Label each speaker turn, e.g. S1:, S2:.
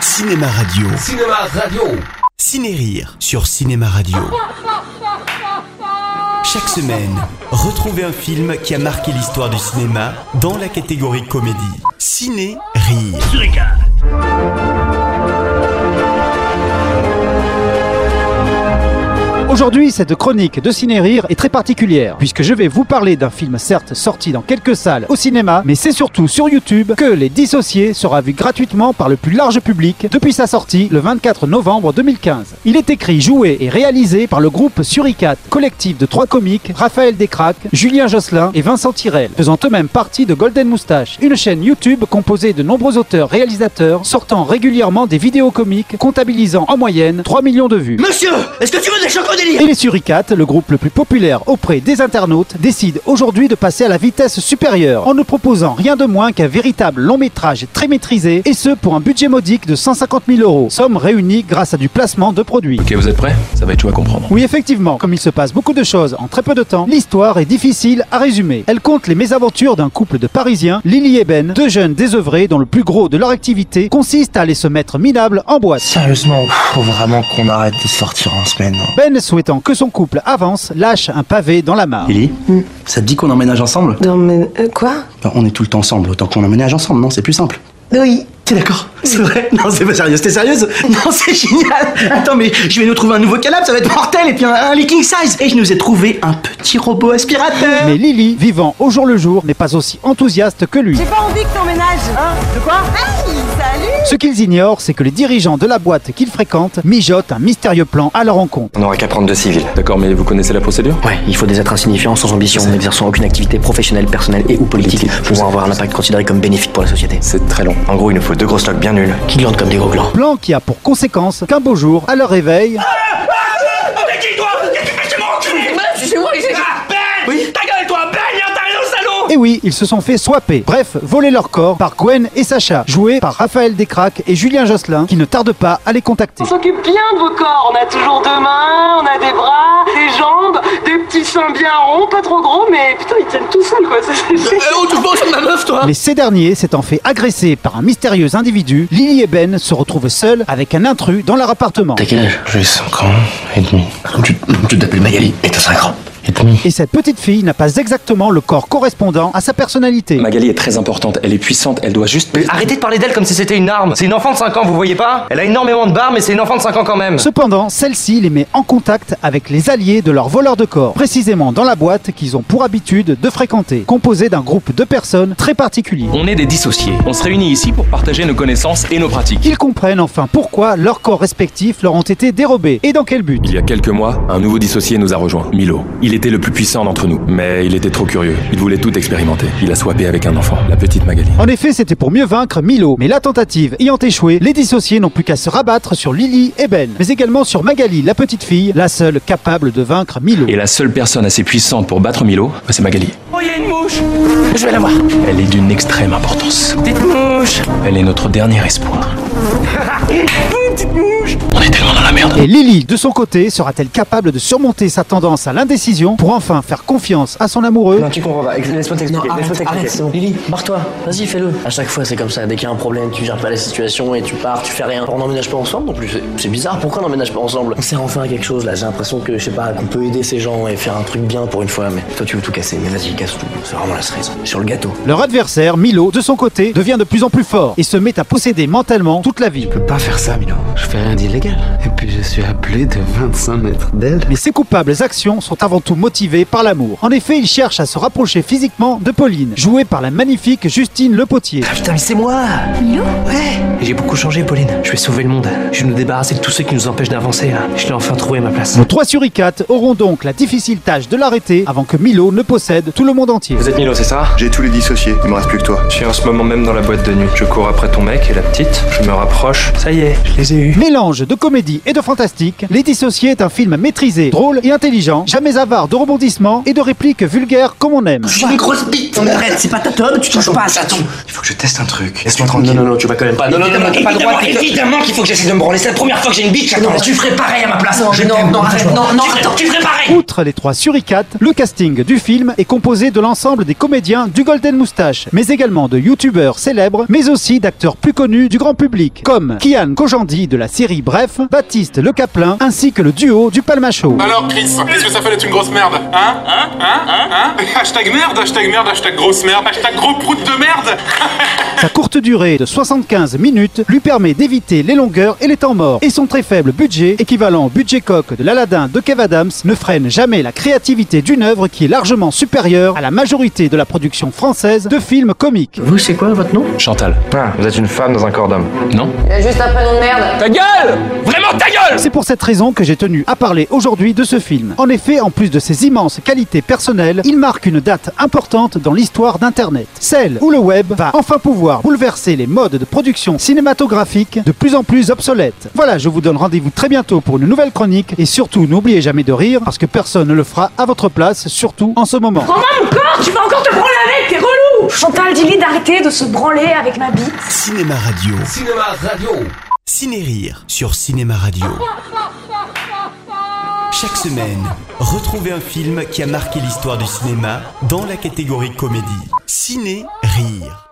S1: Cinéma Radio.
S2: Cinéma Radio.
S1: Ciné-Rire sur Cinéma Radio. Chaque semaine, retrouvez un film qui a marqué l'histoire du cinéma dans la catégorie comédie. Ciné-Rire.
S3: Aujourd'hui, cette chronique de Ciné-Rire est très particulière, puisque je vais vous parler d'un film certes sorti dans quelques salles au cinéma, mais c'est surtout sur YouTube que Les Dissociés sera vu gratuitement par le plus large public depuis sa sortie le 24 novembre 2015. Il est écrit, joué et réalisé par le groupe Suricat, collectif de trois comiques, Raphaël Descraques, Julien Josselin et Vincent Tirel, faisant eux-mêmes partie de Golden Moustache, une chaîne YouTube composée de nombreux auteurs réalisateurs sortant régulièrement des vidéos comiques comptabilisant en moyenne 3 millions de vues.
S4: Monsieur, est-ce que tu veux des chocodélies
S3: Et les Suricates, le groupe le plus populaire auprès des internautes, décide aujourd'hui de passer à la vitesse supérieure en ne proposant rien de moins qu'un véritable long métrage très maîtrisé et ce pour un budget modique de 150 000 euros, somme réunie grâce à du placement de produits.
S5: Ok, vous êtes prêts Ça va être chaud à comprendre.
S3: Oui, effectivement, comme il se passe beaucoup de choses en très peu de temps, l'histoire est difficile à résumer. Elle compte les mésaventures d'un couple de Parisiens, Lily et Ben, deux jeunes désœuvrés dont le plus gros de leur activité consiste à aller se mettre minable en boîte.
S4: Sérieusement, faut vraiment qu'on arrête de sortir en semaine. hein.
S3: Ben, souhaitant que son couple avance, lâche un pavé dans la mare.
S4: Lily,
S6: Hmm.
S4: ça te dit qu'on emménage ensemble
S6: Non mais euh, quoi
S4: Bah, On est tout le temps ensemble, autant qu'on emménage ensemble, non C'est plus simple.
S6: Oui.
S4: T'es d'accord C'est vrai Non, c'est pas sérieux, t'es sérieuse Non, c'est génial Attends, mais je vais nous trouver un nouveau canapé, ça va être mortel, et puis un, un leaking size Et je nous ai trouvé un petit robot aspirateur
S3: Mais Lily, vivant au jour le jour, n'est pas aussi enthousiaste que lui.
S7: J'ai pas envie que t'emménages. Hein De quoi Hey, salut
S3: Ce qu'ils ignorent, c'est que les dirigeants de la boîte qu'ils fréquentent mijotent un mystérieux plan à leur rencontre.
S8: On n'aurait qu'à prendre deux civils.
S5: D'accord, mais vous connaissez la procédure
S9: Ouais, il faut des êtres insignifiants, sans ambition, n'exerçant aucune activité professionnelle, personnelle et ou politique, pouvant avoir un impact considéré comme bénéfique pour la société.
S5: C'est très long.
S8: En gros, il nous faut deux grosses stocks bien nuls.
S9: Qui glandent comme des gros glands.
S3: Plan qui a pour conséquence qu'un beau jour, à leur réveil,
S4: Oui
S3: et eh oui, ils se sont fait swapper, bref, voler leur corps par Gwen et Sacha, joués par Raphaël Descraques et Julien Josselin, qui ne tardent pas à les contacter.
S7: On s'occupe bien de vos corps. On a toujours deux mains, on a des bras, des jambes, des petits seins bien ronds, pas trop gros, mais putain, ils tiennent tout seuls quoi. C'est- c'est-
S4: Oh, tu penses à ma meuf, toi
S3: Mais ces derniers s'étant fait agresser par un mystérieux individu, Lily et Ben se retrouvent seuls avec un intrus dans leur appartement.
S9: T'as quel âge
S4: J'ai 5 ans et demi. Tu, tu t'appelles Magali, et t'as 5 ans et demi.
S3: Et cette petite fille n'a pas exactement le corps correspondant à sa personnalité.
S5: Magali est très importante, elle est puissante, elle doit juste.
S8: Arrêtez de parler d'elle comme si c'était une arme. C'est une enfant de 5 ans, vous voyez pas Elle a énormément de barres, mais c'est une enfant de 5 ans quand même.
S3: Cependant, celle-ci les met en contact avec les alliés de leurs voleurs de corps, précisément dans la boîte qu'ils ont pour habitude de fréquenter, composée d'un groupe de personnes très particulier.
S5: On est des dissociés. On se réunit ici pour partager nos connaissances et nos pratiques.
S3: Ils comprennent enfin pourquoi leurs corps respectifs leur ont été dérobés et dans quel but.
S5: Il y a quelques mois, un nouveau dissocié nous a rejoint, Milo. Il était le plus puissant d'entre nous, mais il était trop curieux. Il voulait tout expérimenter. Il a swappé avec un enfant, la petite Magali.
S3: En effet, c'était pour mieux vaincre Milo, mais la tentative ayant échoué, les dissociés n'ont plus qu'à se rabattre sur Lily et Ben, mais également sur Magali, la petite fille, la seule capable de vaincre Milo.
S5: Et la seule personne assez puissante pour battre Milo, bah, c'est Magali.
S8: Oh, il y a une mouche
S5: Je vais la voir. Elle est d'une extrême importance.
S8: Petite mouche
S5: Elle est notre dernier espoir. On est tellement dans la merde.
S3: Et Lily, de son côté, sera-t-elle capable de surmonter sa tendance à l'indécision pour enfin faire confiance à son amoureux
S8: Non, tu comprends pas. Ex- Laisse-moi t'expliquer.
S4: Ah,
S8: Laisse-moi t'expliquer.
S9: Lily, barre-toi. Vas-y, fais-le. À chaque fois, c'est comme ça. Dès qu'il y a un problème, tu gères pas la situation et tu pars, tu fais rien. On n'emménage pas ensemble non plus. C'est- C'est bizarre. Pourquoi on n'emménage pas ensemble On sert enfin à quelque chose là. J'ai l'impression que, je sais pas, qu'on peut aider ces gens et faire un truc bien pour une fois. Mais toi, tu veux tout casser. Mais vas-y, casse tout. C'est vraiment la cerise. Sur le gâteau.
S3: Leur adversaire, Milo, de son côté, devient de plus en plus fort et se met à posséder mentalement toute la ville.
S4: Pas faire ça, Milo.
S10: Je fais rien d'illégal.
S4: Eh,
S10: Et puis je suis appelé de 25 mètres d'elle.
S3: Mais ces coupables actions sont avant tout motivées par l'amour. En effet, ils cherchent à se rapprocher physiquement de Pauline, jouée par la magnifique Justine Le Potier.
S9: Ah, Putain, mais c'est moi Milo Ouais Et J'ai beaucoup changé, Pauline. Je vais sauver le monde. Je vais me débarrasser de tous ceux qui nous empêchent d'avancer, là. Je l'ai enfin trouvé, ma place.
S3: Nos trois suricates auront donc la difficile tâche de l'arrêter avant que Milo ne possède tout le monde entier.
S8: Vous êtes Milo, c'est ça
S11: J'ai tous les dissociés, il me reste plus que toi.
S8: Je suis en ce moment même dans la boîte de nuit. Je cours après ton mec et la petite. Je me rapproche. Ça y est, je les ai eus.
S3: Mélange de comédie et de fantastique, Les Dissociés est un film maîtrisé, drôle et intelligent, jamais avare de rebondissements et de répliques vulgaires comme on aime.
S4: J'ai une grosse bite On arrête, c'est pas ta tombe, tu touches pas à ça,
S11: Il faut que je teste un truc. Laisse-moi tranquille.
S8: Ah,
S9: non, tu vas quand même pas. Non, non,
S4: évidemment,
S9: non, t'as pas le droit
S4: évidemment,
S9: de te-
S4: évidemment qu'il faut que j'essaie de me branler. C'est la première fois que j'ai une bite,
S9: Non,
S4: j'attends.
S9: mais tu ferais pareil à ma place.
S4: Non,
S9: je
S4: non,
S9: t'aime.
S4: non,
S9: Non, arrête. Non, non,
S4: tu ferais-
S9: attends.
S4: Tu ferais pareil
S3: Outre les trois suricates, le casting du film est composé de l'ensemble des comédiens du Golden Moustache, mais également de youtubeurs célèbres, mais aussi d'acteurs plus connus du grand public, comme Kian Kojandi de la série Bref, Baptiste Le Caplin, ainsi que le duo du Palma Show.
S2: Alors Chris, qu'est-ce que ça fait d'être une grosse merde Hein Hein Hein Hein Hein Hashtag merde, hashtag merde, hashtag grosse merde, hashtag gros prout de merde
S3: Sa courte durée de 75 minutes lui permet d'éviter les longueurs et les temps morts, et son très faible budget, équivalent au budget coq de l'Aladin de Kev Adams, ne freine jamais la créativité d'une œuvre qui est largement supérieure à la majorité de la production française de films comiques.
S9: Vous, c'est quoi votre nom
S5: Chantal.
S8: Ah, vous êtes une femme dans un corps d'homme.
S5: Non
S7: Il a juste un prénom de merde.
S3: C'est pour cette raison que j'ai tenu à parler aujourd'hui de ce film. En effet, en plus de ses immenses qualités personnelles, il marque une date importante dans l'histoire d'Internet. Celle où le web va enfin pouvoir bouleverser les modes de production cinématographique de plus en plus obsolètes. Voilà, je vous donne rendez-vous très bientôt pour une nouvelle chronique et surtout n'oubliez jamais de rire parce que personne ne le fera à votre place, surtout en ce moment.
S7: Prends-moi mon corps, tu vas encore te branler avec, t'es relou Chantal, dis-lui d'arrêter de se branler avec ma bite.
S1: Cinéma Radio.
S9: Cinéma radio.
S1: Ciné Rire sur Cinéma Radio. Chaque semaine, retrouvez un film qui a marqué l'histoire du cinéma dans la catégorie comédie. Ciné Rire.